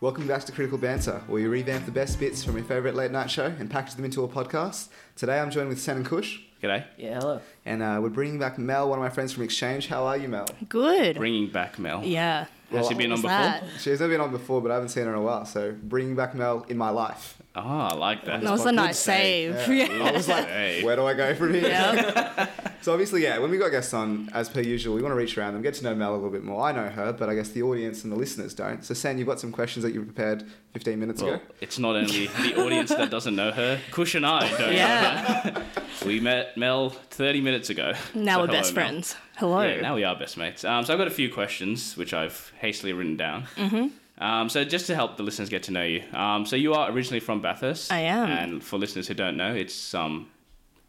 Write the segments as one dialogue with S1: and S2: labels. S1: Welcome back to Critical Banter, where we revamp the best bits from your favourite late night show and package them into a podcast. Today I'm joined with Sen and Kush,
S2: G'day.
S3: Yeah, hello.
S1: and uh, we're bringing back Mel, one of my friends from Exchange. How are you, Mel?
S4: Good.
S2: Bringing back Mel.
S4: yeah.
S2: Has she been on
S4: What's
S2: before?
S4: that?
S1: She's never been on before, but I haven't seen her in a while, so bringing back Mel in my life.
S2: Ah, I like that.
S4: That was a
S2: Good
S4: nice save. Yeah.
S2: I was like, hey.
S1: Where do I go from here?
S4: Yeah.
S1: So obviously, yeah, when we got guests on, as per usual, we want to reach around them, get to know Mel a little bit more. I know her, but I guess the audience and the listeners don't. So Sen, you've got some questions that you prepared 15 minutes
S2: Well,
S1: ago.
S2: it's not only the audience that doesn't know her. Kush and I don't
S4: Yeah.
S2: know her. We met Mel 30 minutes ago.
S4: Now
S2: So hello,
S4: we're best
S2: Mel.
S4: friends. Hello.
S2: Yeah, now we are best mates. Um, so I've got a few questions which I've hastily written down. Mm-hmm. Um, so just to help the listeners get to know you. Um, so you are originally from Bathurst.
S4: I am.
S2: And for listeners who don't know, it's some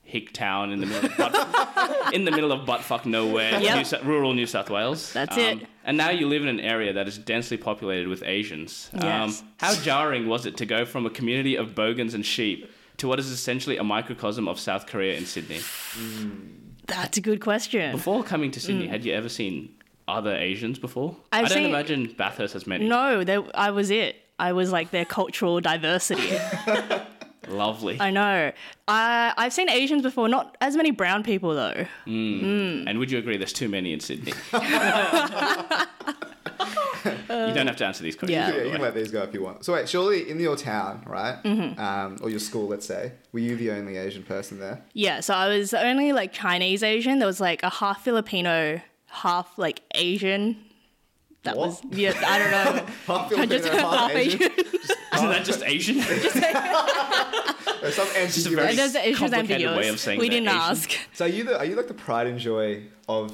S2: hick town in the middle of butt, in the middle of buttfuck nowhere,
S4: Yep.
S2: New Sou- rural New South Wales. Um,
S4: That's it.
S2: And now you live in an area that is densely populated with Asians. Um,
S4: Yes.
S2: how jarring was it to go from a community of bogans and sheep to what is essentially a microcosm of South Korea in Sydney?
S4: That's a good question.
S2: Before coming to Sydney, had you ever seen other Asians before? I
S4: I've
S2: do not
S4: Mm. seen-
S2: imagine Bathurst has many.
S4: No, they, I was it. I was like their cultural diversity.
S2: Lovely.
S4: I know. I, I've seen Asians before, not as many brown people though.
S2: And would you agree there's too many in Sydney? you don't have to answer these questions. by
S4: yeah.
S2: the
S1: Yeah, you
S2: way.
S1: can let these go if you want. So wait, surely in your town, right? Um, or your school, let's say, were you the only Asian person there?
S4: Yeah, so I was the only like Chinese Asian. There was like a half Filipino, half like Asian. That
S1: What?
S4: was yeah. I don't know.
S1: Half Filipino,
S4: Just
S1: half, Asian.
S2: Isn't that just Asian?
S1: There's some
S2: a very-
S1: ambiguous.
S4: There's the issues
S2: Complicated
S4: ambiguous.
S2: way of saying
S4: we
S2: that,
S4: didn't
S2: Asian.
S4: ask.
S1: So are you the are you like the pride and joy of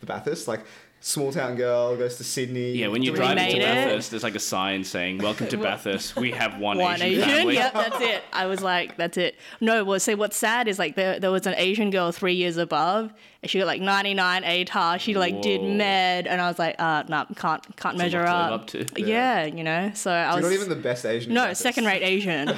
S1: the Bathurst? Like small town girl goes to Sydney.
S2: Yeah, when you
S4: We
S2: drive into
S4: made it.
S2: Bathurst, there's like a sign saying, Welcome to Bathurst. We have one,
S4: one
S2: Asian,
S4: Asian.
S2: family.
S4: Yep, that's it. I was like, that's it. No, well, see, what's sad is like there, there was an Asian girl three years above, and she got like 99 ATAR. She like did
S2: Whoa.
S4: med, and I was like, uh, no, can't can't measure
S2: to live
S4: up.
S2: up to.
S4: Yeah. you know. So I
S1: You're
S4: was
S1: not even the best Asian. in
S4: no
S1: Bathurst.
S4: second rate Asian.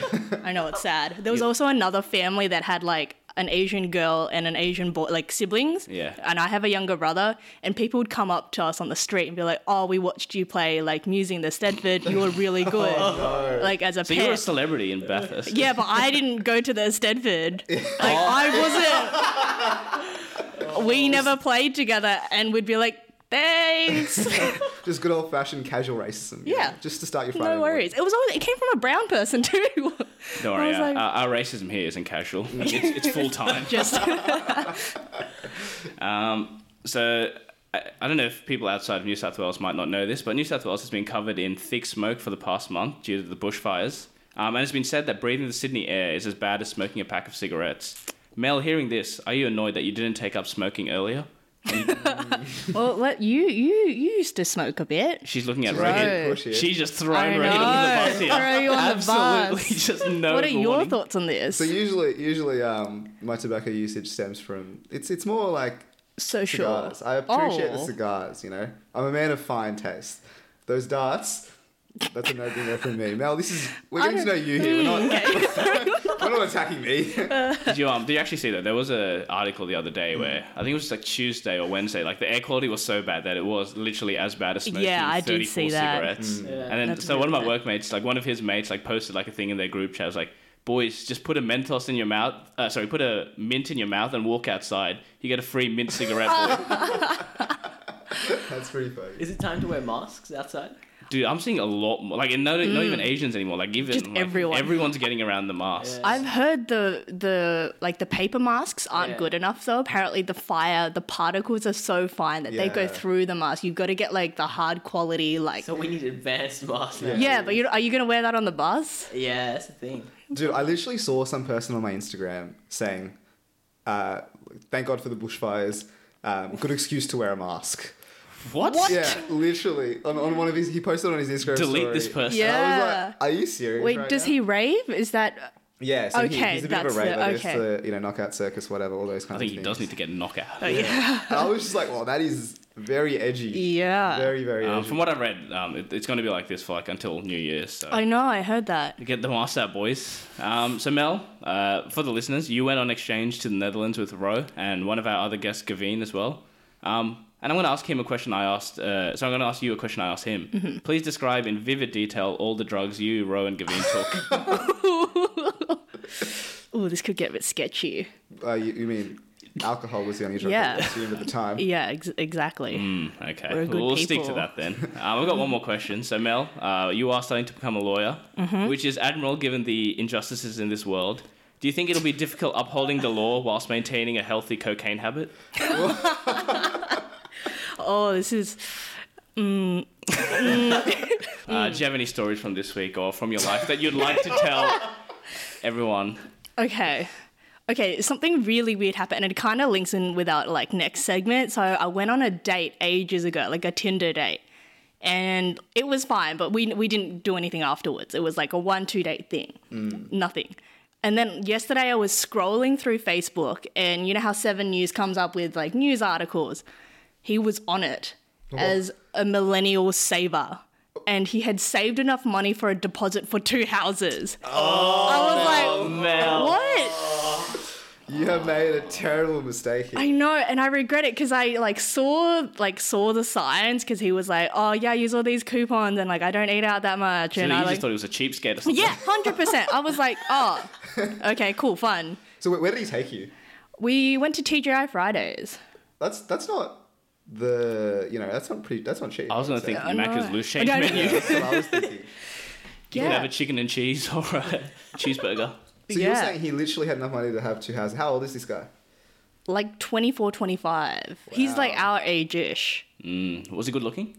S4: I know it's sad. There was also another family that had like an Asian girl and an Asian boy, like siblings.
S2: Yeah.
S4: And I have a younger brother, and people would come up to us on the street and be like, "Oh, we watched you play like music in the Stedford. You were really good."
S1: Oh,
S4: Like as a
S2: So
S4: pet.
S2: you're a celebrity in Bathurst.
S4: Yeah, but I didn't go to the Stedford. Like
S1: Oh.
S4: I wasn't. We never played together, and we'd be like, "Thanks,
S1: Just good old fashioned casual racism. you
S4: Yeah.
S1: know, Just to start your Friday.
S4: no worries." It was always it came from a brown person too.
S2: Don't
S4: I
S2: worry,
S4: was
S2: uh, our,
S4: like-
S2: our our racism here isn't casual. It's, it's full time. Um,
S4: Just
S2: So I, I don't know if people outside of New South Wales might not know this, but New South Wales has been covered in thick smoke for the past month due to the bushfires. Um, and it's been said that breathing the Sydney air is as bad as smoking a pack of cigarettes. Mel, hearing this, are you annoyed that you didn't take up smoking earlier?
S4: well, let you you you used to smoke a bit.
S2: She's looking at Rohit.
S4: Right.
S1: Push here.
S2: She's just
S4: I
S2: thrown Rohit
S4: know.
S2: under the bus here.
S4: Throw you on the
S2: Absolutely,
S4: bus.
S2: just no.
S4: what are your
S2: warning.
S4: thoughts on this?
S1: So usually, usually, um, my tobacco usage stems from it's it's more like
S4: Social.
S1: cigars. I appreciate the
S4: Oh.
S1: cigars. You know, I'm a man of fine taste. Those darts. That's a no go from me. Mel, this is we're getting to know you here. We're not, we're not attacking me.
S2: Did you um? Did you actually see that? There was a article the other day where I think it was like Tuesday or Wednesday. Like the air quality was so bad that it was literally as bad as smoking
S4: Yeah, I did
S2: 34
S4: see that.
S2: cigarettes. And then
S4: That's
S2: so one of my
S4: really
S2: workmates, like one of his mates, like posted like a thing in their group chat. I was like, boys, just put a Mentos in your mouth. Uh, sorry, put a mint in your mouth and walk outside. You get a free mint cigarette. boy."
S1: That's pretty funny.
S3: Is it time to wear masks outside?
S2: Dude, I'm seeing a lot more. Like, and not, not even Asians anymore. Like, even
S4: Mm. Just
S2: like,
S4: everyone.
S2: Everyone's getting around the mask.
S4: I've heard the the like the paper masks aren't
S3: Yeah.
S4: good enough though. Apparently the fire, the particles are so fine that they go
S1: Yeah.
S4: through the mask. You've got to get like the hard quality like
S3: So we need advanced masks.
S1: Yeah.
S4: Yeah, but you are you going to wear that on the bus?
S3: Yeah, that's the thing.
S1: Dude, I literally saw some person on my Instagram saying, uh, "Thank God for the bushfires. Um, good excuse to wear a mask."
S2: What?
S1: Yeah, literally. On, on one of his, he posted on his Instagram.
S2: Delete
S1: story.
S2: this person.
S1: And
S4: Yeah.
S1: I was like, "Are you serious?"
S4: Wait,
S1: right
S4: does
S1: now?"
S4: he rave? Is that
S1: Yeah, so he,
S4: Okay,
S1: he's a bit of
S4: that's
S1: a
S4: the-
S1: raver. There's
S4: okay.
S1: the you know knockout circus, whatever, all those kinds.
S2: I think
S1: of
S2: he
S1: things.
S2: does need to get knocked out.
S1: And I was just like, well, that is very edgy.
S4: Yeah.
S1: Very very
S2: Um,
S1: edgy.
S2: from what I read, um, it, it's going to be like this for like until New Year's. So
S4: I know, I heard that.
S2: get the mask out, boys. Um, so Mel, uh, for the listeners, you went on exchange to the Netherlands with Ro and one of our other guests, Gavin, as well. Um, And I'm going to ask him a question I asked. Uh, so I'm going to ask you a question I asked him. Please describe in vivid detail all the drugs you, Rowan Gavin, took.
S4: Oh, this could get a bit sketchy.
S1: Uh, you, you mean alcohol was the only drug
S4: Yeah.
S1: that was consumed at the time?
S4: Yeah, ex- exactly.
S1: Mm.
S2: Hmm, Okay,
S4: We're good
S2: we'll stick to
S4: people.
S2: that then. Um, I've got one more question. So Mel, uh, you are starting to become a lawyer,
S4: Mm-hmm.
S2: which is admirable given the injustices in this world. Do you think it'll be difficult upholding the law whilst maintaining a healthy cocaine habit?
S4: Oh, this is. Hmm.
S2: Uh, do you have any stories from this week or from your life that you'd like to tell everyone?
S4: Okay. Okay, something really weird happened and it kind of links in with our like next segment. So I went on a date ages ago, like a Tinder date. And it was fine, but we we didn't do anything afterwards. It was like a one two date thing. Nothing. And then yesterday I was scrolling through Facebook and you know how 7 News comes up with like news articles. He was on it as a millennial saver. And he had saved enough money for a deposit for two houses. I was like,
S2: Mel.
S4: what?
S1: You have made a terrible mistake here.
S4: I know, and I regret it because I like saw like saw the signs because he was like, oh yeah, use all these coupons and like I don't eat out that much,
S2: So
S4: and
S2: you
S4: I
S2: just
S4: like,
S2: thought it was a cheapskate or something?
S4: yeah, hundred percent. I was like, oh, okay, cool, fun.
S1: So where, where did he take you?
S4: We went to TGI Fridays.
S1: That's that's not the you know that's not pretty that's not cheap.
S2: I was going to think
S4: I
S2: Macca's
S4: know.
S2: loose change
S4: Okay.
S2: menu.
S1: that's what I was thinking.
S2: You can have a
S4: Yeah,
S2: chicken and cheese or a cheeseburger.
S1: So you're
S4: Yeah.
S1: saying he literally had enough money to have two houses? How old is this guy?
S4: like 24, 25. He's like
S1: Wow.
S4: our age ish.
S2: Mm, was he good looking?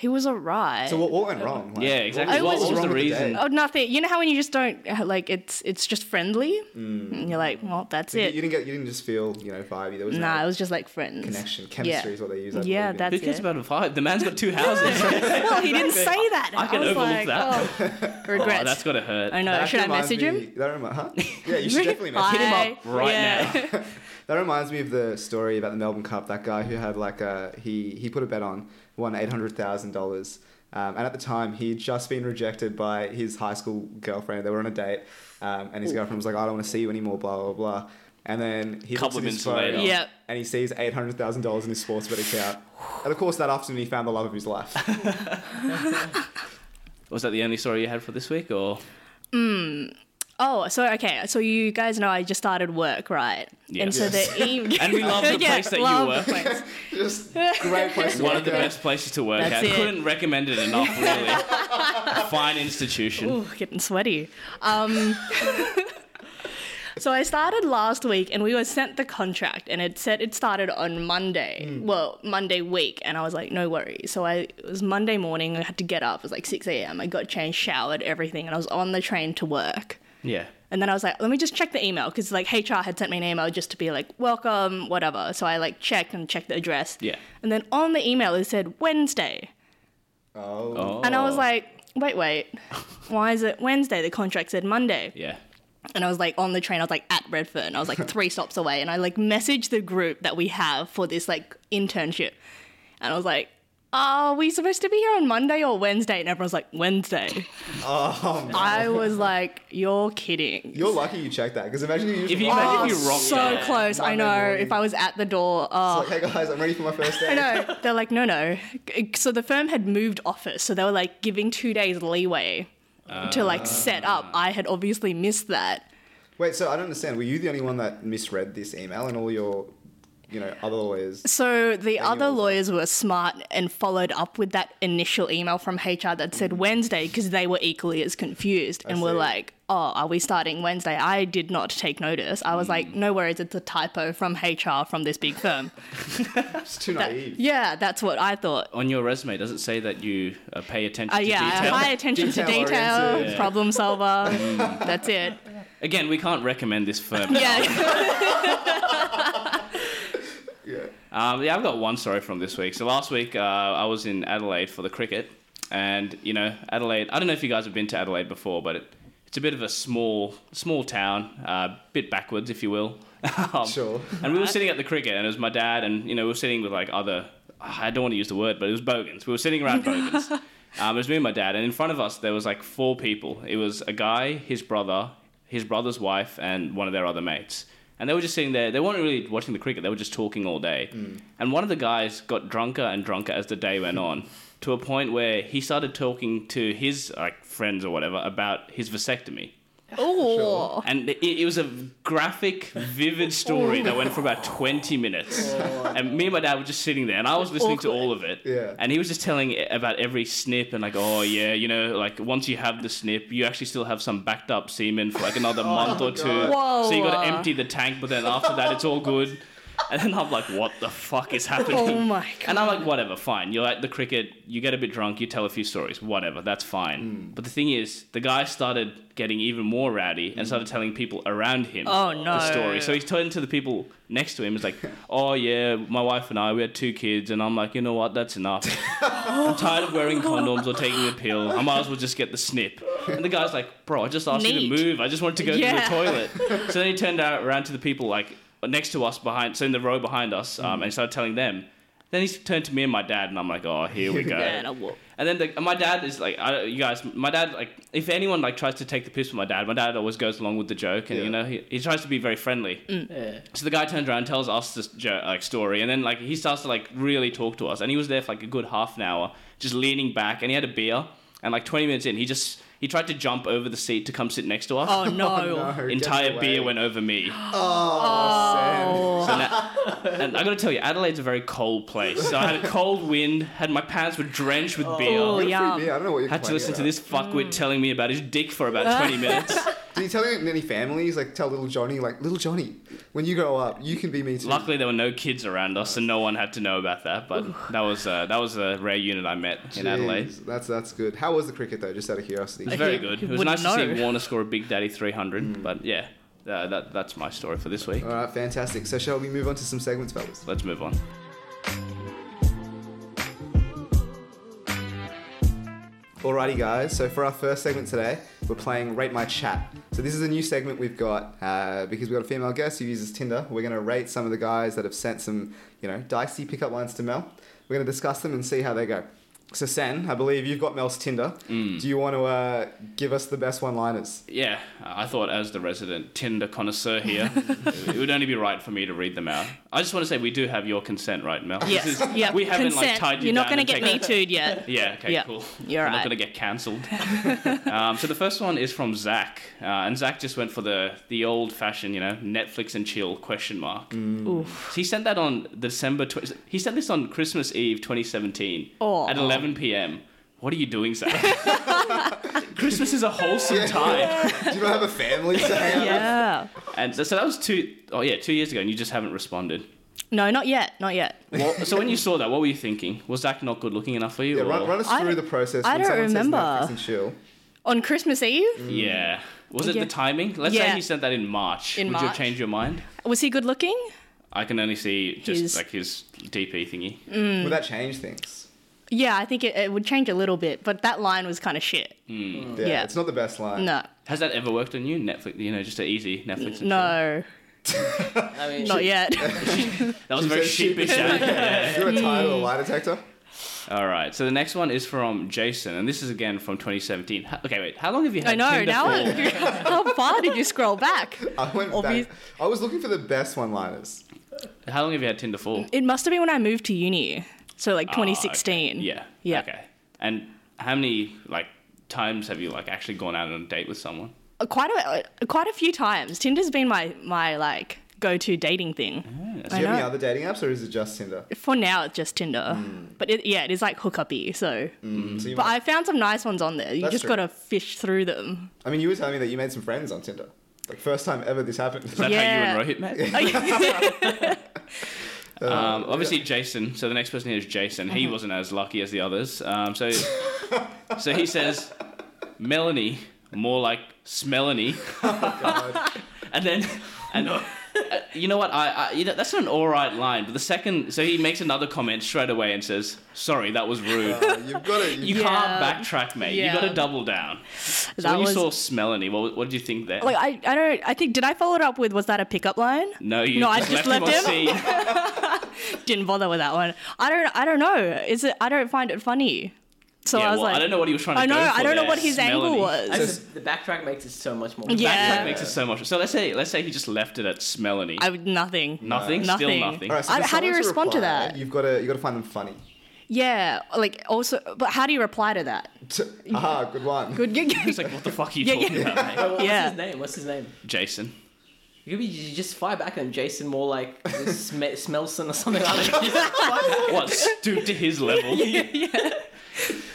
S4: He was alright.
S1: So what, what went wrong? Like,
S2: Yeah, exactly.
S4: What was
S2: the
S1: with date?
S2: reason?
S4: Oh, nothing. You know how when you just don't like it's it's just friendly, and you're like, well, that's
S1: So Mm. you,
S4: it.
S1: you didn't get you didn't just feel you know vibey. There was
S4: nah, it
S1: no
S4: was just like friends.
S1: connection. Chemistry
S4: yeah.
S1: is what they use. I
S4: Yeah,
S1: believe in.
S4: that's
S2: Who cares
S4: it.
S2: about a vibe? The man's got two houses.
S4: Well, he didn't say that.
S2: I can
S4: was
S2: overlook
S4: like,
S2: that.
S4: Oh,
S2: Oh,
S4: regrets.
S2: that's got to hurt.
S4: I know.
S1: That
S4: Should I
S1: reminds
S4: message
S1: me,
S4: him?
S1: That remi- huh? Yeah, you should definitely message him.
S4: Bye.
S2: right
S4: yeah. now.
S1: That reminds me of the story about the Melbourne Cup. That guy who had like a he he put a bet on won eight hundred thousand dollars. Um, and at the time, he'd just been rejected by his high school girlfriend. They were on a date, um, and his girlfriend was like, "I don't want to see you anymore." Blah blah blah. And then he looks
S2: Couple
S1: at his
S2: of minutes
S1: phone,
S2: later.
S4: Yep.
S1: and he sees eight hundred thousand dollars in his sports bet account. And of course, that afternoon, he found the love of his life.
S2: Was that the only story you had for this week, or
S4: Oh, so okay. So you guys know I just started work, right?
S2: Yeah.
S4: And so the e- evening.
S2: And we love the place that you work.
S1: just great place to
S2: one
S1: work
S2: of the
S1: at.
S2: best places to work
S4: That's
S2: at?
S4: it.
S2: Couldn't recommend it enough. Really, A fine institution.
S4: Ooh, getting sweaty. Um, so I started last week, and we were sent the contract, and it said it started on Monday. Well, Monday week, and I was like, no worries. So I it was Monday morning. I had to get up. It was like six a.m. I got changed, showered, everything, and I was on the train to work.
S2: Yeah.
S4: And then I was like, let me just check the email because like HR had sent me an email just to be like, welcome, whatever. So I like checked and checked the address.
S2: Yeah.
S4: And then on the email it said Wednesday,
S1: Oh,
S2: Oh.
S4: and I was like, wait, wait, why is it Wednesday? The contract said Monday.
S2: yeah.
S4: And I was like on the train, I was like at Redfern, and I was like three stops away, and I like messaged the group that we have for this like internship, and I was like. Are we supposed to be here on Monday or Wednesday? And everyone's like, Wednesday.
S1: Oh,
S4: I was like, you're kidding.
S1: you're lucky you checked that because imagine if you. Just
S2: If you
S1: walked in,
S2: imagine
S4: Oh,
S2: if you rocked
S4: so
S2: up.
S4: close. I
S1: Monday
S4: know.
S1: morning.
S4: If I was at the door, oh,
S1: it's like, hey guys, I'm ready for my first day.
S4: I know. They're like, no, no. So the firm had moved office, so they were like giving two days leeway to like set up.
S1: Ah.
S4: I had obviously missed that.
S1: Wait, so I don't understand. Were you the only one that misread this email and all your, you know, other lawyers?
S4: So the other
S1: was-
S4: lawyers were smart and followed up with that initial email from HR that said Wednesday because they were equally as confused and were
S1: see.
S4: like, oh, are we starting Wednesday? I did not take notice. I was
S1: Hmm.
S4: like, no worries, it's a typo from HR from this big firm.
S1: It's too
S4: That-
S1: naive.
S4: yeah, that's what I thought.
S2: On your resume, does it say that you uh, pay attention
S4: Uh,
S2: to
S4: yeah,
S2: detail?
S4: high attention to
S1: Detail-oriented.
S4: detail,
S1: Yeah.
S4: problem solver. That's it.
S2: Again, we can't recommend this firm.
S4: Yeah.
S1: Yeah.
S2: Um, yeah, I've got one story from this week. So last week, uh, I was in Adelaide for the cricket, and you know, Adelaide. I don't know if you guys have been to Adelaide before, but it, it's a bit of a small, small town, a uh, bit backwards, if you will. Um,
S1: Sure.
S2: And we were sitting at the cricket, and it was my dad, and you know, we were sitting with like other. I don't want to use the word, but it was bogans. We were sitting around bogans. Um, it was me and my dad, and in front of us there was like four people. It was a guy, his brother, his brother's wife, and one of their other mates. And they were just sitting there. They weren't really watching the cricket. They were just talking all day. And one of the guys got drunker and drunker as the day went on, to a point where he started talking to his like friends or whatever about his vasectomy.
S4: Oh,
S2: And it, it was a graphic, vivid story that went for about 20 minutes. And me and my dad were just sitting there, and I was listening to all of it.
S1: Yeah.
S2: And he was just telling i- about every snip, and like, oh, yeah, you know, like once you have the snip, you actually still have some backed up semen for like another month or two.
S4: Oh Whoa.
S2: So you gotta empty the tank, but then after that, it's all good. And then I'm like, what the fuck is happening?
S4: Oh my God.
S2: And I'm like, whatever, fine. You're at the cricket, you get a bit drunk, you tell a few stories, whatever, that's fine. But the thing is, the guy started getting even more rowdy and started telling people around him
S4: Oh, no.
S2: the story. So he's turned to the people next to him, he's like, oh yeah, my wife and I, we had two kids. And I'm like, you know what, that's enough. I'm tired of wearing condoms or taking a pill. I might as well just get the snip. And the guy's like, bro, I just asked you
S4: Neat.
S2: to move. I just wanted to go
S4: Yeah.
S2: to the toilet. so then he turned out around to the people like next to us behind, so in the row behind us, um, and he started telling them. Then he turned to me and my dad, and I'm like, oh, here we go.
S4: man, I will.
S2: And then the, and my dad is like, I, don't- you guys, my dad like, if anyone like tries to take the piss with my dad, my dad always goes along with the joke, and
S1: Yeah.
S2: you know he, he tries to be very friendly.
S3: Yeah.
S2: So the guy turns around, tells us this jo- like story, and then like he starts to like really talk to us, and he was there for like a good half an hour, just leaning back, and he had a beer, and like twenty minutes in, he just he tried to jump over the seat to come sit next to us.
S4: Oh no.
S1: No, get
S2: Entire
S1: away.
S2: beer went over me. So
S1: Oh, Sam.
S2: now- and I gotta tell you, Adelaide's a very cold place. So I had a cold wind, had my pants were drenched with beer.
S4: Oh,
S1: Good for
S4: yum.
S1: you. I don't know what you're
S2: Had to
S1: complaining
S2: listen to
S1: about.
S2: this fuckwit telling me about his dick for about 20 minutes.
S1: Did you tell it in any families? Like, tell little Johnny, like, little Johnny, when you grow up, you can be me too.
S2: Luckily, there were no kids around us, and no one had to know about that. But that was uh, that was a rare unit I met in Adelaide.
S1: Jeez, That's that's good. How was the cricket though? Just out of curiosity.
S2: It was
S4: Like,
S2: very
S4: you-
S2: good.
S4: you
S2: It was nice
S4: wouldn't
S2: to see
S4: know. Mm.
S2: Warner score a big daddy 300. But yeah, uh, that, that's my story for this
S4: Uh.
S2: week.
S1: All right, fantastic. So shall we move on to some segments, fellas?
S2: Let's move on.
S1: Alrighty, guys. So for our first segment today, we're playing Rate My Chat. So this is a new segment we've got uh, because we've got a female guest who uses Tinder. We're going to rate some of the guys that have sent some, you know, dicey pickup lines to Mel. We're going to discuss them and see how they go. So Sen, I believe you've got Mel's Tinder. Do you want to uh, give us the best one-liners?
S2: Yeah, I thought as the resident Tinder connoisseur here, it would only be right for me to read them out. I just want to say we do have your consent, right, Mel? This
S4: Yes.
S2: is-
S4: Yeah.
S2: We haven't like
S4: Consent.
S2: tied you
S4: You're not
S2: down
S4: gonna
S2: and
S4: get
S2: taken-
S4: me tooed yet.
S2: Yeah, okay,
S4: Yeah,
S2: cool.
S4: you're
S2: I'm not
S4: right.
S2: going to get cancelled. um, so the first one is from Zach, uh, and Zach just went for the the old fashioned, you know, Netflix and chill question mark.
S4: Mm. Oof.
S2: So he sent that on December. Tw- he sent this on Christmas Eve, 2017,
S4: Aw.
S2: at 11 p.m. What are you doing, Zach? Christmas is a wholesome time,
S1: Do you not have a family? Sam?
S4: Yeah.
S2: and so, so that was two oh yeah, two years ago, and you just haven't responded.
S4: No, not yet. Not yet.
S2: Well, so when you saw that, what were you thinking? Was Zach not good looking enough for you?
S1: Yeah,
S2: or-
S1: run, run us
S4: I
S1: through the
S4: don't-
S1: process.
S4: I
S1: when
S4: don't
S1: someone says
S4: remember.
S1: Netflix and chill.
S4: On Christmas Eve,
S2: Yeah. Was it
S4: Yeah.
S2: the timing? Let's say
S4: Yeah.
S2: he sent that in March.
S4: In
S2: Would you have
S4: March.
S2: changed your mind?
S4: was he good looking?
S2: I can only see just
S4: His-
S2: like his DP thingy.
S4: Mm.
S1: Would that change things?
S4: Yeah, I think it, it would change a little bit, but that line was kind of shit.
S1: Yeah,
S4: Mm. Yeah.
S1: it's not the best line.
S4: No,
S2: Has that ever worked on you? Netflix, you know, just an easy Netflix. and
S4: no,
S3: I mean,
S4: not yet.
S2: chill? That was very
S1: said sheep.
S2: sheepish. yeah.
S1: If you're a tired of a
S4: Mm.
S1: lie detector,
S2: All right. So the next one is from Jason, and this is again from 2017. H- Okay, wait. How long have you had
S4: I know.
S2: Tinder Uh,
S4: Now,
S2: for?
S4: I- how far did you scroll back?
S1: I went
S4: Obvious-
S1: back. I was looking for the best one-liners.
S2: How long have you had Tinder for?
S4: It must have been when I moved to uni, so like
S2: Ah, okay.
S4: 2016.
S2: Yeah.
S4: Yeah.
S2: Okay. And how many like times have you like actually gone out on a date with someone?
S4: Uh, Quite a uh, quite a few times. Tinder's been my my like go to dating thing.
S1: Do
S4: I
S1: you have any
S4: know.
S1: other dating apps, or is it just Tinder?
S4: For now, it's just Tinder,
S1: Mm.
S4: but it, yeah, it is like hookupy. So,
S2: Mm.
S1: So you
S4: but
S1: might-
S4: I found some nice ones on there. You
S1: Mm. That's
S4: just
S1: true.
S4: gotta fish through them.
S1: I mean, you were telling me that you made some friends on Tinder. Like first time ever this happened.
S2: Is that
S4: Yeah.
S2: how you and Rohit met? Um, obviously, Jason. So the next person here is Jason. He
S4: Uh-huh.
S2: wasn't as lucky as the others. Um, so, so he says, Melanie, more like Smelanie,
S1: God.
S2: and then, and uh, you know what? I, I you know, that's an all right line. But the second, so he makes another comment straight away and says, "Sorry, that was rude."
S1: Uh, you've got to.
S2: You
S1: You,
S2: can't
S4: Yeah.
S2: backtrack, mate.
S4: Yeah.
S2: You got to double down. So
S4: That
S2: when you
S4: was-
S2: saw Smelanie, what, what did you think there?
S4: Like I, I don't. I think did I follow it up with was that a pickup line?
S2: no, you
S4: No, I
S2: just,
S4: just
S2: left,
S4: left
S2: him. on scene.
S4: Didn't bother with that one. I don't. I don't know. Is it? I don't find it funny. So
S2: yeah,
S4: I was
S2: well,
S4: like,
S2: I don't know what he was trying to
S4: I know,
S2: go for
S4: I don't know
S2: there.
S4: what his angle
S2: Melody.
S4: was.
S3: I just- the backtrack makes it so much more.
S4: Yeah.
S2: That makes it so much. So let's say let's say he just left it at Smelony.
S4: I would nothing.
S2: nothing, still
S4: Nothing.
S2: nothing.
S1: All right, so
S4: I-
S1: for
S4: how do you
S1: someone
S4: respond to
S1: reply,
S4: that?
S1: You've got to you got to find them funny.
S4: Yeah, like also, but how do you reply to that?
S1: Aha, Ah, good one.
S4: Good, good, good.
S2: It's like what the fuck are you
S4: Yeah,
S2: talking
S4: yeah.
S2: about, mate?
S3: Wait, what's
S4: Yeah.
S3: his name? What's his name?
S2: Jason.
S3: It could be you just fire back on Jason more like Sm- Smelson or something. I don't know. Just fire back.
S2: What stoop to his level?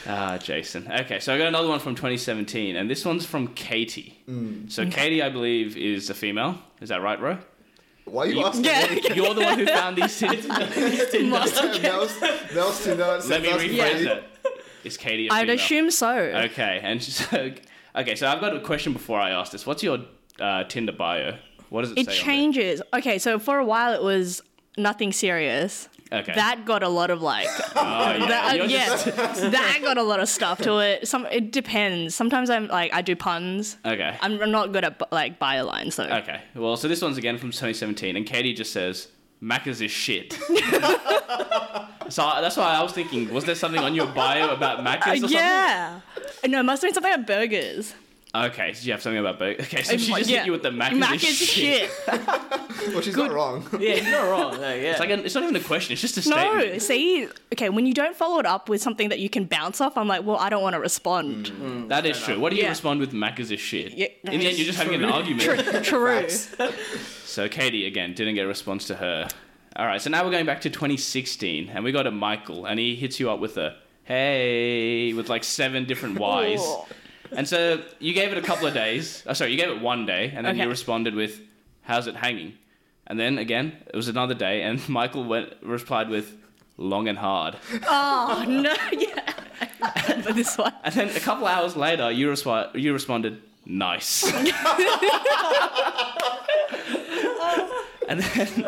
S2: Ah, Jason. Okay, so I got another one from 2017, and this one's from Katie. So Katie, I believe, is a female. Is that right, Ro?
S1: Why are you
S2: You-
S1: asking
S4: Yeah.
S1: me?
S2: You're the one who found these things.
S1: Mel's, Mel's too nervous.
S2: Let me
S1: Mel's
S2: rephrase
S1: ready.
S2: it. Is Katie a
S4: I'd
S2: female?
S4: assume so.
S2: Okay, and so okay, so I've got a question before I ask this. What's your uh, Tinder bio? What does it,
S4: it
S2: say? on there?
S4: changes. Okay, so for a while it was nothing serious.
S2: Okay.
S4: That got a lot of like,
S2: Oh, yeah.
S4: that, uh,
S2: You're
S4: yeah,
S2: just-
S4: that got a lot of stuff to it. Some it depends. Sometimes I'm like I do puns.
S2: Okay.
S4: I'm I'm not good at bu- like bio lines though.
S2: Okay. Well, so this one's again from 2017, and Katie just says, Macca's is shit. so I- that's why I was thinking, was there something on your bio about
S4: Uh,
S2: Macca's or
S4: yeah. No, it must have been something about burgers.
S2: something? Okay, so you have something about burger. Okay, so she
S4: Uh,
S2: just
S4: yeah.
S2: hit you with the Macca's,
S4: Mac
S2: is, shit.
S4: shit.
S1: Well, she's not wrong.
S3: yeah, you're not wrong. No, yeah.
S2: It's, like a, it's not even a question, it's just a statement.
S4: No, see, okay, when you don't follow it up with something that you can bounce off, I'm like, well, I don't want to respond.
S2: That is true. What do you
S4: Yeah.
S2: respond with Macca's is shit?
S4: Yeah.
S2: In the end, you're just having an argument.
S4: True.
S1: Facts.
S2: So Katie again didn't get a response to her. All right, so now we're going back to 2016, and we got a Michael, and he hits you up with a "Hey" with like seven different Y's,
S4: Oh.
S2: and so you gave it a couple of days. Oh, sorry, you gave it one day, and then you
S4: Okay.
S2: responded with "How's it hanging?" And then again, it was another day, and Michael went replied with "Long and hard."
S4: Oh, no, yeah. But this one.
S2: And then a couple hours later, you resp- you responded, "Nice." and then,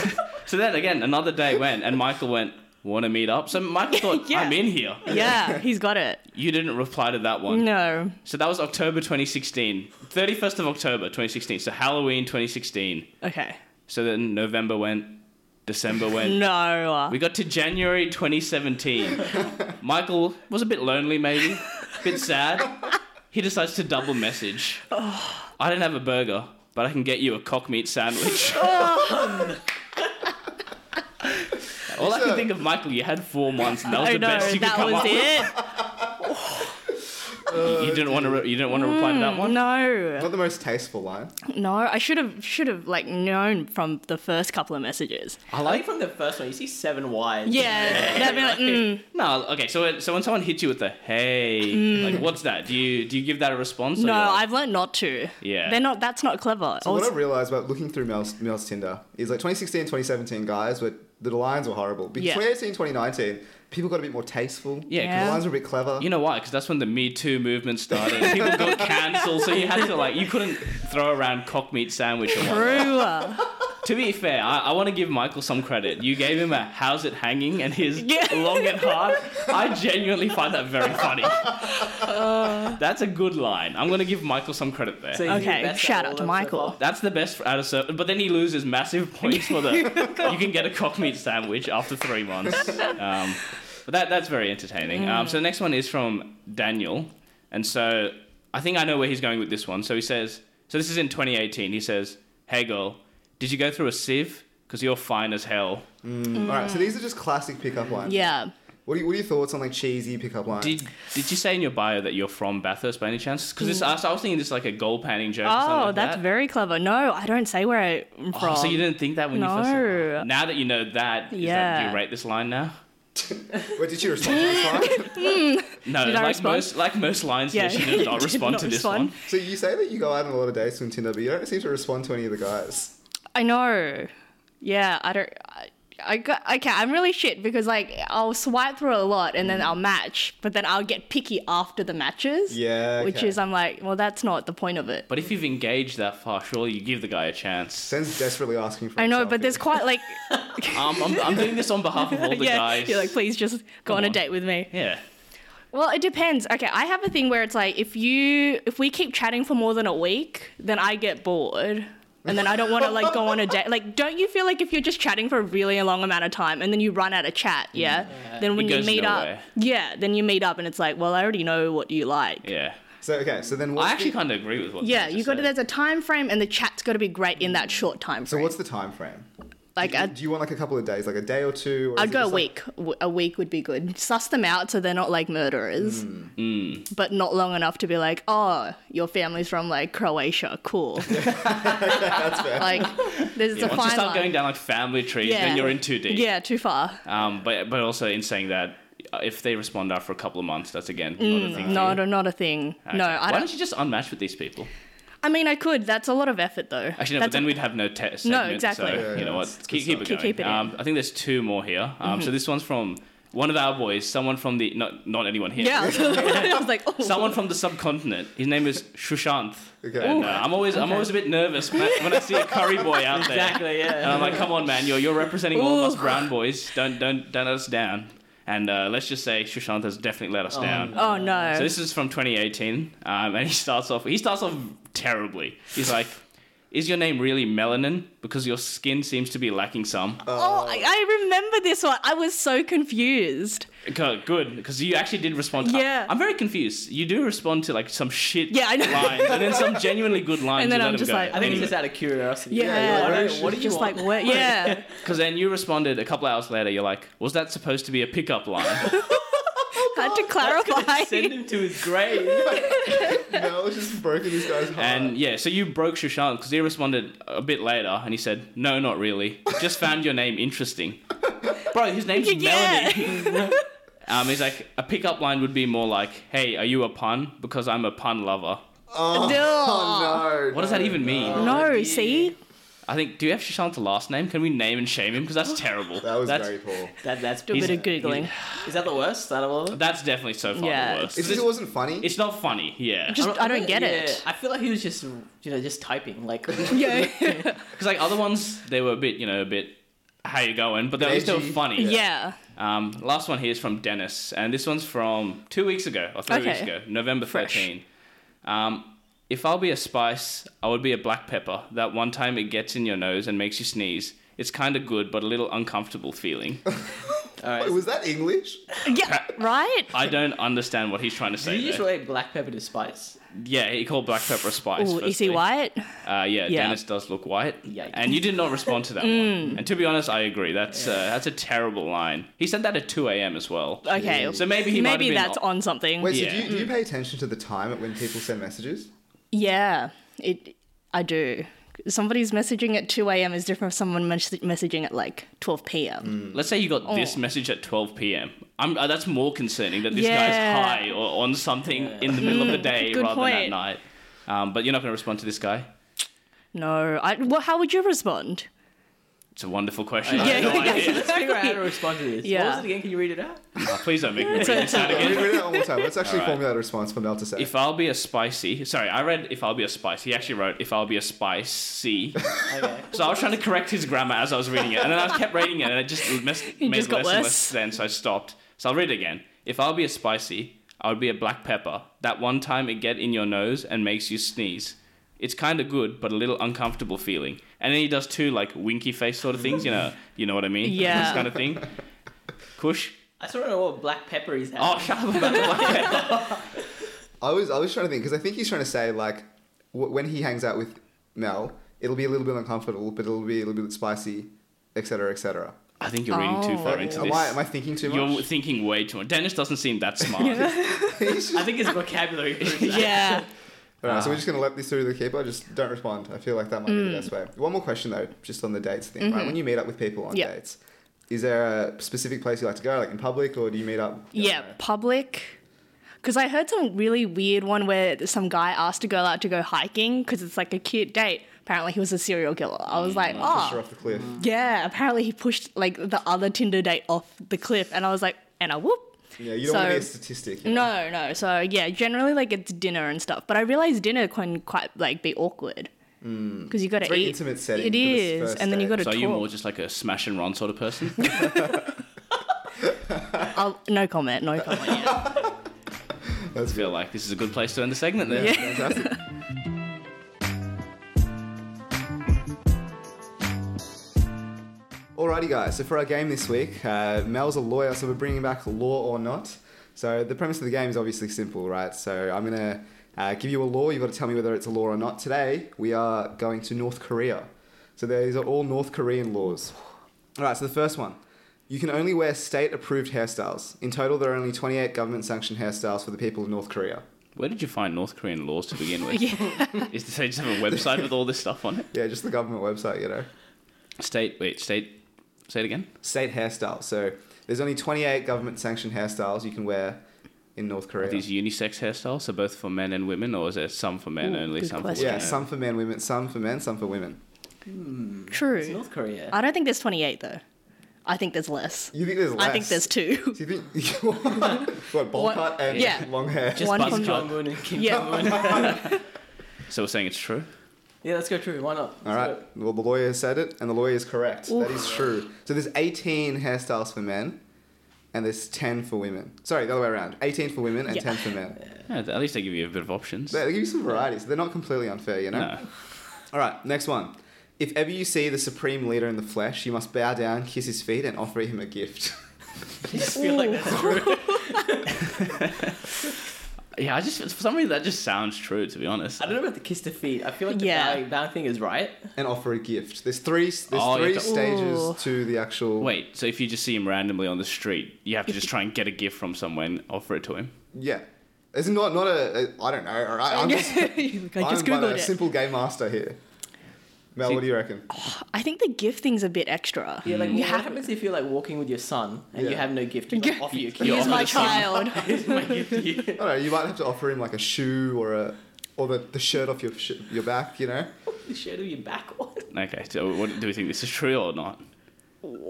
S2: so then again, another day went, and Michael went, "Want to meet up?" So Michael thought,
S4: Yeah.
S2: "I'm in here."
S4: Yeah, he's got it.
S2: You didn't reply to that one.
S4: No.
S2: So that was October 2016, 31st of October 2016. So Halloween 2016.
S4: Okay.
S2: So then November went, December went.
S4: No.
S2: We got to January 2017. Michael was a bit lonely, maybe, a bit sad. He decides to double message.
S4: Oh.
S2: I don't have a burger, but I can get you a cock meat sandwich. All I can think of, Michael, you had four months, and that was
S4: I
S2: the
S4: know,
S2: best you could
S4: Oh, that
S2: come
S4: was
S2: up with.
S4: it.
S2: You didn't want to. Re- you didn't want to reply to that one.
S4: No.
S1: Not the most tasteful line.
S4: No, I should have should have like known from the first couple of messages.
S2: I
S3: I think
S2: like.
S3: from the first one, you see seven Y's.
S4: Yeah. That'd be like, mm,
S2: No, okay. So, when- so when someone hits you with the "Hey," like, what's that? Do you do you give that a response? or
S4: Mm. no,
S2: you're like-
S4: I've learned not to.
S2: Yeah.
S4: They're not that's not clever.
S1: So what
S4: Also-
S1: I realized about looking through Mel's, Mel's Tinder is like 2016, 2017 guys, but the lines were horrible. But
S4: Yeah.
S1: 2018, 2019, people got a bit more tasteful.
S2: Yeah, 'cause-
S1: The lines were a bit clever.
S2: You know why? Because that's when the Me Too movement started. People got cancelled, so you had to like you couldn't throw around cock meat sandwich. Or whatnot.
S4: True.
S2: to be fair, I, I want to give Michael some credit. You gave him a "How's it hanging?" and his
S4: Yeah.
S2: long and hard. I genuinely find that very funny. That's a good line. I'm gonna give Michael some credit there.
S3: So he's the
S4: Okay,
S3: best
S4: shout
S3: at all
S4: out
S3: of
S4: to
S3: them so
S4: Michael.
S3: far.
S2: that's the best out of service, but then he loses massive points for the. you can get a cock meat sandwich after three months. Um, but that that's very entertaining. Um,
S4: Mm.
S2: so the next one is from Daniel, and so I think I know where he's going with this one. So he says, so this is in 2018. He says, "Hey girl, did you go through a sieve? Because you're fine as hell.
S1: All right, so these are just classic pickup lines.
S4: Mm. yeah.
S1: What are, you, what are your thoughts on like cheesy pickup lines?
S2: Did did you say in your bio that you're from Bathurst by any chance? Because this I was I was thinking this is like a goal panning joke. or something
S4: Oh,
S2: like
S4: that's
S2: that.
S4: very clever. No, I don't say where I'm from.
S2: Oh, so you didn't think that when you first
S4: No.
S2: said Now that you know that, is that, do
S4: Yeah.
S2: you rate this line now?
S1: Wait, did you respond to this line?
S2: No,
S4: Did I
S2: like
S4: respond?
S2: most like most lines
S4: Yeah.
S2: here, she did not
S4: Did
S2: respond
S4: not
S2: to this
S4: respond.
S2: one.
S1: so you say that you go out on a lot of dates on Tinder, but you don't seem to respond to any of the guys.
S4: I know. Yeah, I don't. I, I got okay. I'm really shit because like I'll swipe through a lot and then I'll match, but then I'll get picky after the matches.
S1: Yeah,
S4: which
S1: okay.
S4: is um, I'm like, well, that's not the point of it.
S2: But if you've engaged that far, surely you give the guy a chance.
S1: Sen's desperately asking for.
S4: I know,
S1: himself
S4: but there's
S1: here.
S4: quite like
S2: Um, I'm, I'm doing this on behalf of all the
S4: yeah.
S2: guys.
S4: You're like, please just go on, a
S2: on.
S4: date with me.
S2: yeah.
S4: Well, it depends. Okay, I have a thing where it's like if you if we keep chatting for more than a week, then I get bored. and then I don't want to like go on a date. Like, don't you feel like if you're just chatting for a really long amount of time and then you run out of chat, yeah? Then when
S2: It
S4: you
S2: goes
S4: meet up,
S2: nowhere.
S4: yeah, then you meet up and it's like, well, I already know what you like. Yeah,
S2: Yeah.
S1: So okay, so then what's
S2: I actually
S1: the,
S2: kind of agree with what. you
S4: you
S2: just
S4: got to.
S2: said.
S4: There's a time frame, and the chat's got to be great in that short time
S1: so
S4: frame.
S1: what's the time frame?
S4: like
S1: do, you,
S4: a
S1: do you want like a couple of days, like a day or two? Or is
S4: I'd
S1: it
S4: go a
S1: just, like-
S4: week. W- A week would be good. Suss them out so they're not like murderers,
S1: Hmm.
S2: Hmm.
S4: but not long enough to be like, oh, your family's from like Croatia. Cool. That's fair. Like, there's
S2: Yeah,
S4: a
S2: once you
S4: fine
S2: start
S4: line.
S2: going down like family trees,
S4: Yeah.
S2: then you're in too deep.
S4: yeah, too far.
S2: Um, but but also in saying that, uh, if they respond after a couple of months, that's again not a thing.
S4: Mm. No,
S2: for you.
S4: no, Hmm. not a thing. No,
S2: Okay.
S4: I
S2: Why
S4: don't.
S2: don't you just unmatch with these people?
S4: I mean, I could. That's a lot of effort, though.
S2: Actually, no,
S4: That's
S2: but then
S4: a-
S2: we'd have no test.
S4: No, exactly.
S2: So,
S4: Yeah,
S2: you know
S1: yeah,
S2: what?
S1: it's
S2: Keep,
S1: good
S2: keep it
S4: stuff.
S2: going.
S4: Keep it in. Mm-hmm.
S2: um, I think there's two more here. Um, So this one's from one of our boys, someone from the not not anyone here.
S4: Yeah, I was, I was like, oh.
S2: Someone from the subcontinent. His name is Shushanth.
S1: Okay.
S2: And, uh, I'm always I'm always a bit nervous when I when I see a curry boy out there.
S3: Exactly, yeah.
S2: And I'm like, come on, man, you're you're representing all of us brown boys. Don't don't don't let us down. And uh, let's just say Shushanth has definitely let us down.
S4: Oh no.
S2: So this is from 2018, um, and he starts off. He starts off terribly. He's like, "Is your name really melanin? Because your skin seems to be lacking some."
S4: oh, I, I remember this one. I was so confused.
S2: Okay, Good, because you actually did respond. to
S4: Yeah.
S2: I'm very confused. You do respond to like some shit
S4: Yeah, I know.
S2: lines, and then some genuinely good lines.
S4: And then
S2: you let
S4: I'm
S2: him
S4: just
S2: go.
S4: like,
S3: I think it's just out of curiosity.
S4: Yeah.
S1: yeah,
S3: What,
S1: where
S3: do-
S1: is she?
S3: what do you
S4: just
S3: want?
S4: like, where, yeah.
S2: Because then you responded a couple hours later. You're like, "Was that supposed to be a pickup line?"
S1: Oh,
S4: Had to clarify.
S3: Send him to his grave.
S1: Mel has just broken this guy's heart.
S2: and yeah, so you broke Shushan because he responded a bit later, and he said, "No, not really. Just found your name interesting, bro. His name's Melanie."
S4: yeah.
S2: Um, he's like, a pickup line would be more like, "Hey, are you a pun? Because I'm a pun lover."
S1: oh, no,
S2: What does that even mean?
S4: No, see?
S2: I think. Do you have Shashan's last name? Can we name and shame him? Because that's terrible.
S1: That was
S2: that's,
S1: very poor.
S3: That, that's
S4: Do a bit
S2: He's-
S4: of Googling.
S3: Is that the worst out of all of them?
S2: That's definitely so far
S4: Yeah,
S2: the
S4: it's-
S2: worst.
S1: It's just it wasn't funny.
S2: It's not funny. Yeah.
S4: Just- I don't get
S3: yeah,
S4: it.
S3: I feel like he was just, you know, just typing. Like,
S4: Yeah.
S2: Because like other ones, they were a bit, you know, a bit. How you going? But they were still
S1: Edgy.
S2: funny.
S4: yeah.
S2: Um, last one here is from Dennis, and this one's from two weeks ago or three
S4: Okay.
S2: weeks ago, November
S4: Fresh.
S2: 13. Um, if I'll be a spice, I would be a black pepper. That one time it gets in your nose and makes you sneeze. It's kind of good, but a little uncomfortable feeling.
S3: all right.
S1: Wait, was that English?
S4: Yeah. Right?
S2: I don't understand what he's trying to
S3: do
S2: say.
S3: you just
S2: there.
S3: relate black pepper to spice?
S2: Yeah, he called black pepper a spice.
S4: Ooh, is he
S2: firstly.
S4: white?
S2: Uh, yeah,
S4: Yeah. Mm.
S2: Dennis does look white.
S3: Yikes.
S2: And you did not respond to that one. And to be honest, I agree. That's uh, that's a terrible line. He sent that at 2 a.m. as well.
S4: Okay.
S2: So maybe he might have
S4: Maybe
S2: been
S4: that's
S2: o-
S4: on something.
S1: Wait, so
S2: Yeah.
S1: do you, do you pay attention to the time at when people send messages?
S4: Yeah, it. I do. Somebody's messaging at two a.m. is different from someone mes- messaging at like twelve p.m.
S2: Let's say you got this
S4: Oh.
S2: message at 12 p.m. I'm, uh, that's more concerning that this
S4: Yeah. Mm,
S2: guy's high or on something in the middle of the day
S4: good
S2: rather than at
S4: point.
S2: night. Um, but you're not going to respond to this guy.
S4: No, I. Well, how would you respond?
S2: It's a wonderful question.
S3: Yeah.
S2: I have no idea.
S3: Let's figure out how to respond to this.
S4: Yeah.
S3: What was it again? Can you read it out?
S2: Uh, please don't make me read
S4: a-
S2: this out
S1: Read
S2: again.
S1: it out one more time. Let's actually
S2: All right.
S1: formulate a response for Mel to say.
S2: If I'll be a spicy, sorry, I read if I'll be a spice. He actually wrote if I'll be a spicy.
S3: Okay.
S2: So I was trying to correct his grammar as I was reading it, and then I kept reading it, and it just mess, made
S4: just got
S2: less and
S4: worse.
S2: less sense. So I stopped. So I'll read it again. If I'll be a spicy, I would be a black pepper. That one time it get in your nose and makes you sneeze. It's kind of good, but a little uncomfortable feeling. And then he does two like winky face sort of things, you know, you know what I mean?
S4: Yeah.
S2: this kind of thing. Kush.
S3: I still don't know what black pepper is.
S2: Oh, shut up about the black pepper.
S1: I was I was trying to think because I think he's trying to say like w- when he hangs out with Mel, it'll be a little bit uncomfortable, but it'll be a little bit spicy, etc., etc.
S2: I think you're reading too
S4: Oh.
S2: far into
S1: Am I
S2: this.
S1: am I thinking too
S2: You're
S1: much?
S2: thinking way too much. Dennis doesn't seem that smart.
S1: He's
S3: I
S1: just-
S3: think his vocabulary. proves that.
S4: Yeah.
S1: All
S4: Ah.
S1: right, so we're just gonna let this through the keeper. Just don't respond. I feel like that might be the
S4: Mm.
S1: best way. One more question though, just on the dates thing. Right, when you meet up with people on
S4: Mm-hmm. Yeah.
S1: dates, is there a specific place you like to go, like in public, or do you meet up? you
S4: Yeah.
S1: know?
S4: Public. Because I heard some really weird one where some guy asked a girl out to go hiking because it's like a cute date. Apparently, he was a serial killer. I was like,
S1: Push her
S4: oh,
S1: off the cliff.
S4: yeah. Apparently, he pushed like the other Tinder date off the cliff, and I was like, and I whoop.
S1: Yeah, you don't
S4: So-
S1: want to be a statistic. you know?
S4: No, no. So yeah, generally like it's dinner and stuff. But I realize dinner can quite like be awkward because you got to
S1: Hmm. very
S4: eat.
S1: intimate setting
S4: It
S1: for this
S4: is,
S1: first
S4: and then you
S1: date.
S4: got to
S2: So are
S4: talk.
S2: you more just like a smash and run sort of person?
S4: I'll, no comment. No comment. Yeah.
S1: That's
S2: feel like this is a good place to end the segment there.
S1: Fantastic. Alrighty, guys. So for our game this week, uh, Mel's a lawyer, so we're bringing back Law or Not. So the premise of the game is obviously simple, right? So I'm gonna uh, give you a law. You've got to tell me whether it's a law or not. Today we are going to North Korea. So these are all North Korean laws. All right. So the first one. You can only wear state-approved hairstyles. In total, there are only 28 government-sanctioned hairstyles for the people of North Korea.
S2: Where did you find North Korean laws to begin with? Is they just have a website with all this stuff on it?
S1: Yeah, just the government website, you know.
S2: State, wait, state, say it again.
S1: State hairstyles. So there's only 28 government-sanctioned hairstyles you can wear in North Korea.
S2: These unisex hairstyles are both for men and women, or is there some for men
S4: Ooh,
S2: only,
S4: good
S2: some for
S4: question.
S1: Yeah,
S2: women?
S1: some for men, women, some for men, some for women.
S3: It's
S4: True.
S3: North Korea.
S4: I don't think there's 28 though. I think there's less.
S1: You think there's less?
S4: I think there's
S1: Do
S4: two.
S1: you think what bowl
S4: What-
S1: cut and
S4: yeah.
S1: long hair?
S3: Just
S4: One
S3: Kim
S4: from-
S3: Jong Un and Kim
S4: Yeah.
S3: Jong Un.
S2: So we're saying it's true.
S3: yeah, let's go through. Why not?
S1: All
S3: Let's
S1: right. Well, the lawyer said it, and the lawyer is correct. That is true. So there's 18 hairstyles for men, and there's 10 for women. Sorry, the other way around. 18 for women and
S4: Yeah.
S1: 10 for men.
S2: Yeah, at least they give you a bit of options.
S1: They they give you some variety, so they're not completely unfair, you know.
S2: No.
S1: All right. Next one. If ever you see the supreme leader in the flesh, you must bow down, kiss his feet, and offer him a gift.
S3: do it. I just feel like that's true.
S2: Yeah, I just for some reason that just sounds true. To be honest,
S3: I don't know about the kiss to feet. I feel like the
S4: Yeah.
S3: bowing, bowing thing is right.
S1: and offer a gift. There's three. There's
S2: Oh, you
S1: three
S2: have to-
S1: stages
S4: Ooh.
S1: to the actual.
S2: Wait, so if you just see him randomly on the street, you have to just try and get a gift from someone and offer it to him.
S1: Yeah. It's not not a. a I don't know. All right. I'm just,
S4: I
S1: I'm
S4: just
S1: but
S4: googled
S1: a
S4: it. Oh.
S1: simple game master here. Mel,
S2: See-
S1: what do you reckon?
S4: I think the gift thing's a bit extra.
S3: Yeah, like
S4: you
S3: what
S4: have
S3: happens if you're like walking with your son and you
S1: Yeah.
S3: have no gift? You like, offer your kid.
S4: Here's
S2: offer
S4: my
S2: the son.
S4: child.
S3: Here's my gift to you.
S1: I don't know. You might have to offer him like a shoe or a or the, the shirt off your sh- your back. You know.
S3: The shadow your back on.
S2: Okay, so what do we think this is true or not?
S4: I'm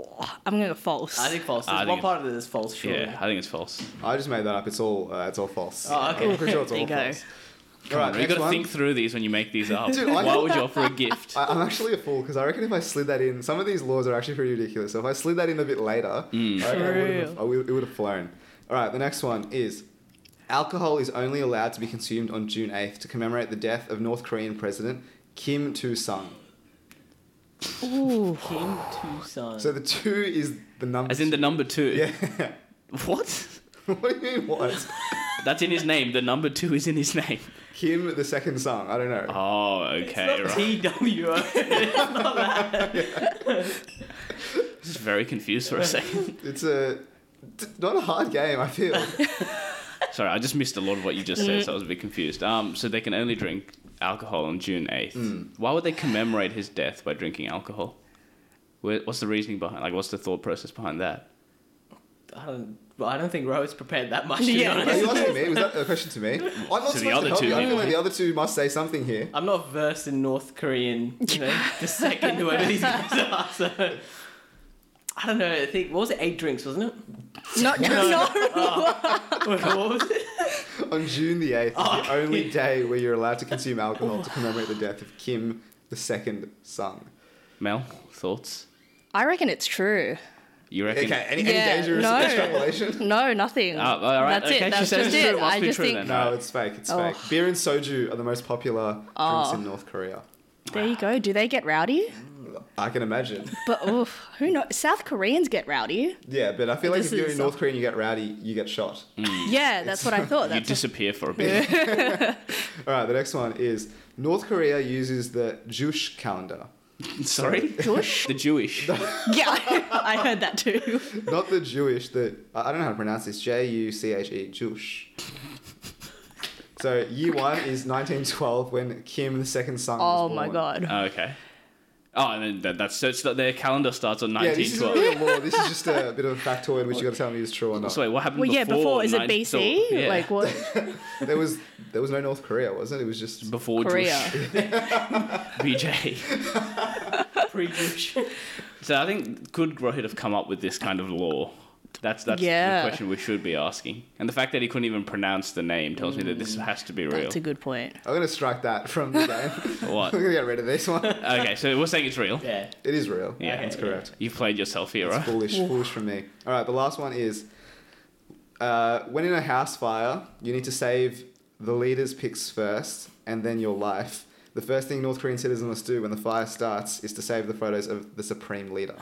S4: gonna go false.
S3: I think false.
S2: I
S3: There's
S2: think
S3: one
S2: it-
S3: part of it is false, sure.
S2: Yeah, I think it's false.
S1: I just made that up. It's all uh, it's all false.
S3: Oh, okay.
S1: I'm pretty sure it's
S4: There
S1: all
S4: you go.
S1: false. All right,
S2: you
S1: next
S2: got to
S1: one.
S2: think through these when you make these up.
S1: Dude, I
S2: Why
S1: thought-
S2: would you offer a gift?
S1: I, I'm actually a fool because I reckon if I slid that in, some of these laws are actually pretty ridiculous. So if I slid that in a bit later,
S2: Mm.
S1: I reckon I would've-
S4: True.
S1: I would- it would have flown. All right, the next one is alcohol is only allowed to be consumed on June 8th to commemorate the death of North Korean President Kim Tu Sung.
S4: Ooh.
S3: King Tucson.
S1: So the two is the number.
S2: As in the number two.
S1: yeah.
S2: What?
S1: what do you mean what?
S2: That's in his name. The number two is in his name.
S1: Kim the second Sung. I don't know.
S2: Oh, okay,
S3: it's not
S2: right.
S3: TWO. it's not that.
S2: I was very confused for a second.
S1: It's a t- not a hard game. I feel.
S2: Sorry, I just missed a lot of what you just said, so I was a bit confused. Um, so they can only drink alcohol on June eighth.
S1: Hmm.
S2: Why would they commemorate his death by drinking alcohol? Where- What's the reasoning behind? Like, what's the thought process behind that?
S3: I don't, well, I don't think Ro's prepared that much, to
S4: Yeah.
S3: be
S1: Are
S3: honest.
S1: you asking me? Was that a question to me? I'm not
S2: the
S1: supposed to
S2: other
S1: help
S2: two
S1: you. I'm
S2: people.
S1: gonna let the other two must say something here.
S3: I'm not versed in North Korean, you know, the second whoever these guys are, so... I don't know, I think... What was it? Eight drinks, wasn't it?
S4: Not no.
S3: Wait, what was it?
S1: On June the 8th,
S3: Oh,
S1: is the only
S3: okay.
S1: day where you're allowed to consume alcohol to commemorate the death of Kim the second son.
S2: Mel, thoughts?
S4: I reckon it's true.
S2: You reckon?
S1: Okay, any, any
S4: Yeah,
S1: dangerous
S4: no.
S1: extrapolation?
S4: No, nothing.
S2: Oh, all right.
S4: That's
S2: okay,
S4: it.
S2: she
S4: That's
S2: says
S4: just
S2: it's
S4: it.
S2: true. Must
S4: I
S2: be
S4: just
S2: true
S4: think.
S2: then.
S1: No, it's fake. It's
S4: Oh.
S1: fake. Beer and soju are the most popular
S4: Oh.
S1: drinks in North Korea.
S4: There you go. Do they get rowdy?
S1: I can imagine.
S4: But oof, who knows? South Koreans get rowdy.
S1: Yeah, but I feel like
S4: This
S1: if you're
S4: is
S1: in North Korea and you get rowdy, you get shot.
S4: Mm. Yeah, that's what I thought.
S2: Hmm. You
S4: That's
S2: disappear for a bit.
S1: All right, the next one is North Korea uses the Juche calendar.
S2: Sorry.
S4: Jewish.
S2: The Jewish.
S4: yeah, I heard that too.
S1: Not the Jewish, the I I don't know how to pronounce this. J U C H E Juche. So year one is 1912 when Kim the second son.
S4: Oh
S1: was
S4: my
S1: born.
S4: god.
S2: Oh, okay. Oh, and then that, that's so it's, their calendar starts on
S1: Yeah, this
S2: nineteen
S1: is
S2: twelve.
S1: really a law. This is just a bit of a factoid which you got to tell me is true or not.
S2: So wait, what happened?
S4: Well,
S2: before
S4: yeah, before is it
S2: 19 so-
S4: BC?
S2: yeah.
S4: Like what?
S1: There was there was no North Korea, was it? It was just
S2: before
S4: Korea.
S2: Jewish BJ.
S3: Pre-douche.
S2: So I think could Grohit have come up with this kind of law? That's that's
S4: Yeah.
S2: the question we should be asking. And the fact that he couldn't even pronounce the name tells me that this has to be real.
S4: Mm. That's a good point.
S1: I'm gonna strike that from the game.
S2: What?
S1: I'm gonna get rid of this one. It
S2: Okay, so we're saying it's real.
S3: Yeah.
S1: is real.
S2: Yeah.
S1: that's correct.
S2: You've played yourself here, right?
S1: Foolish, foolish from me. All right, the last one is uh, when in a house fire, you need to save the leader's picks first and then your life. The first thing North Korean citizens must do when the fire starts is to save the photos of the supreme leader.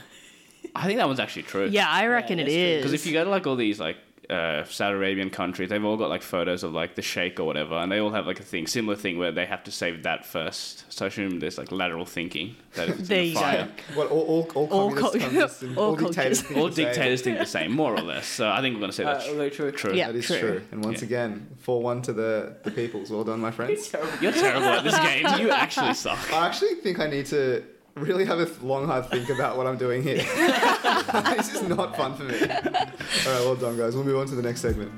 S2: I think that one's actually true.
S4: Yeah, I reckon it
S3: that's true.
S4: is.
S2: Because if you go to like all these like uh, Saudi Arabian countries, they've all got like photos of like the sheikh or whatever, and they all have like a thing similar thing where they have to save that first. So I assume there's like lateral thinking that if it's
S4: There
S2: in the
S4: you go.
S2: fire.
S1: Well, all all all,
S4: All
S1: communists,
S4: cul-
S1: communists and
S4: all
S1: all dictators.
S4: cultures.
S1: think
S2: All
S1: the same.
S2: dictators think the same, more or less. So I think we're gonna say
S3: Uh,
S2: that's
S3: although true.
S2: true.
S4: Yeah.
S1: That is
S4: true.
S1: true. And once
S2: Yeah.
S1: again, four one to the the peoples. Well done, my friends.
S2: You're terrible at this game. You actually suck.
S1: I actually think I need to really have a th- long hard think about what I'm doing here. this is not fun for me. All right, well done, guys. We'll move on to the next segment.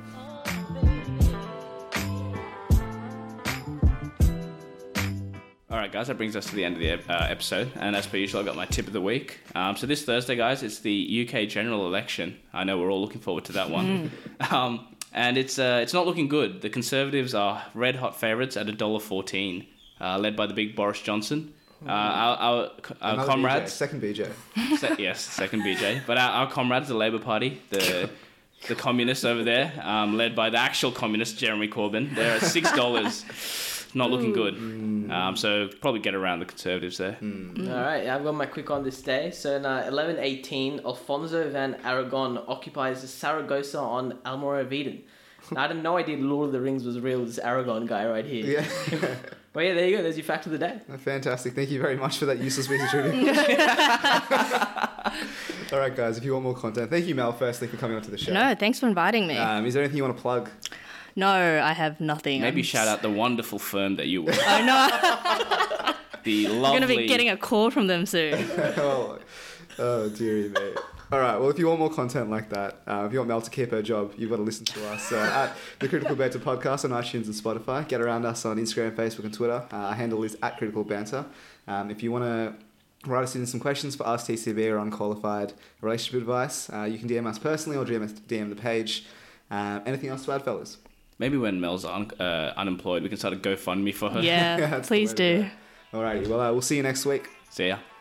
S2: All right, guys, that brings us to the end of the ep- uh, episode. And as per usual, I've got my tip of the week. Um, so this Thursday, guys, it's the UK general election. I know we're all looking forward to that one. um, and it's uh, it's not looking good. The Conservatives are red hot favourites at $1.14, uh, led by the big Boris Johnson. Uh, our our, our
S1: Another BJ,
S2: comrades,
S1: second BJ.
S2: se- yes, second BJ, but our, our comrades, the Labour Party, the the communists over there, um, led by the actual communist Jeremy Corbyn, they're at six dollars. Not looking good. Um, so probably get around the Conservatives there.
S4: Mm.
S3: All right, I've got my quick on this day. So in uh, 1118, Alfonso van Aragon occupies Saragossa on Almoravid. Now, I had no idea Lord of the Rings was real. This Aragon guy right here.
S1: Yeah,
S3: But yeah, there you go. There's your fact of the day.
S1: fantastic. Thank you very much for that useless piece of trivia. All right, guys. If you want more content, thank you, Mel, firstly for coming onto the show.
S4: no, thanks for inviting me.
S2: Uh,
S1: Um, is there anything you want to plug?
S4: no, I have nothing.
S2: Maybe
S4: I'm
S2: shout out the wonderful firm that you were.
S4: I know.
S2: The
S4: I'm
S2: lovely.
S4: gonna be getting a call from them soon.
S1: oh, oh dearie me. All right. Well, if you want more content like that, uh, if you want Mel to keep her job, you've got to listen to us uh, at the Critical Banter podcast on iTunes and Spotify. Get around us on Instagram, Facebook, and Twitter. Uh, our handle is at Critical Banter. Um, if you want to write us in some questions for us TCB or unqualified relationship advice, uh, you can DM us personally or DM, us, DM the page. Uh, anything else to add, fellas?
S2: Maybe when Mel's un- uh, unemployed, we can start a GoFundMe for her.
S4: Yeah,
S1: that's the
S4: please
S1: way to
S4: do.
S1: go. Alrighty. Well, uh, we'll see you next week.
S2: See ya.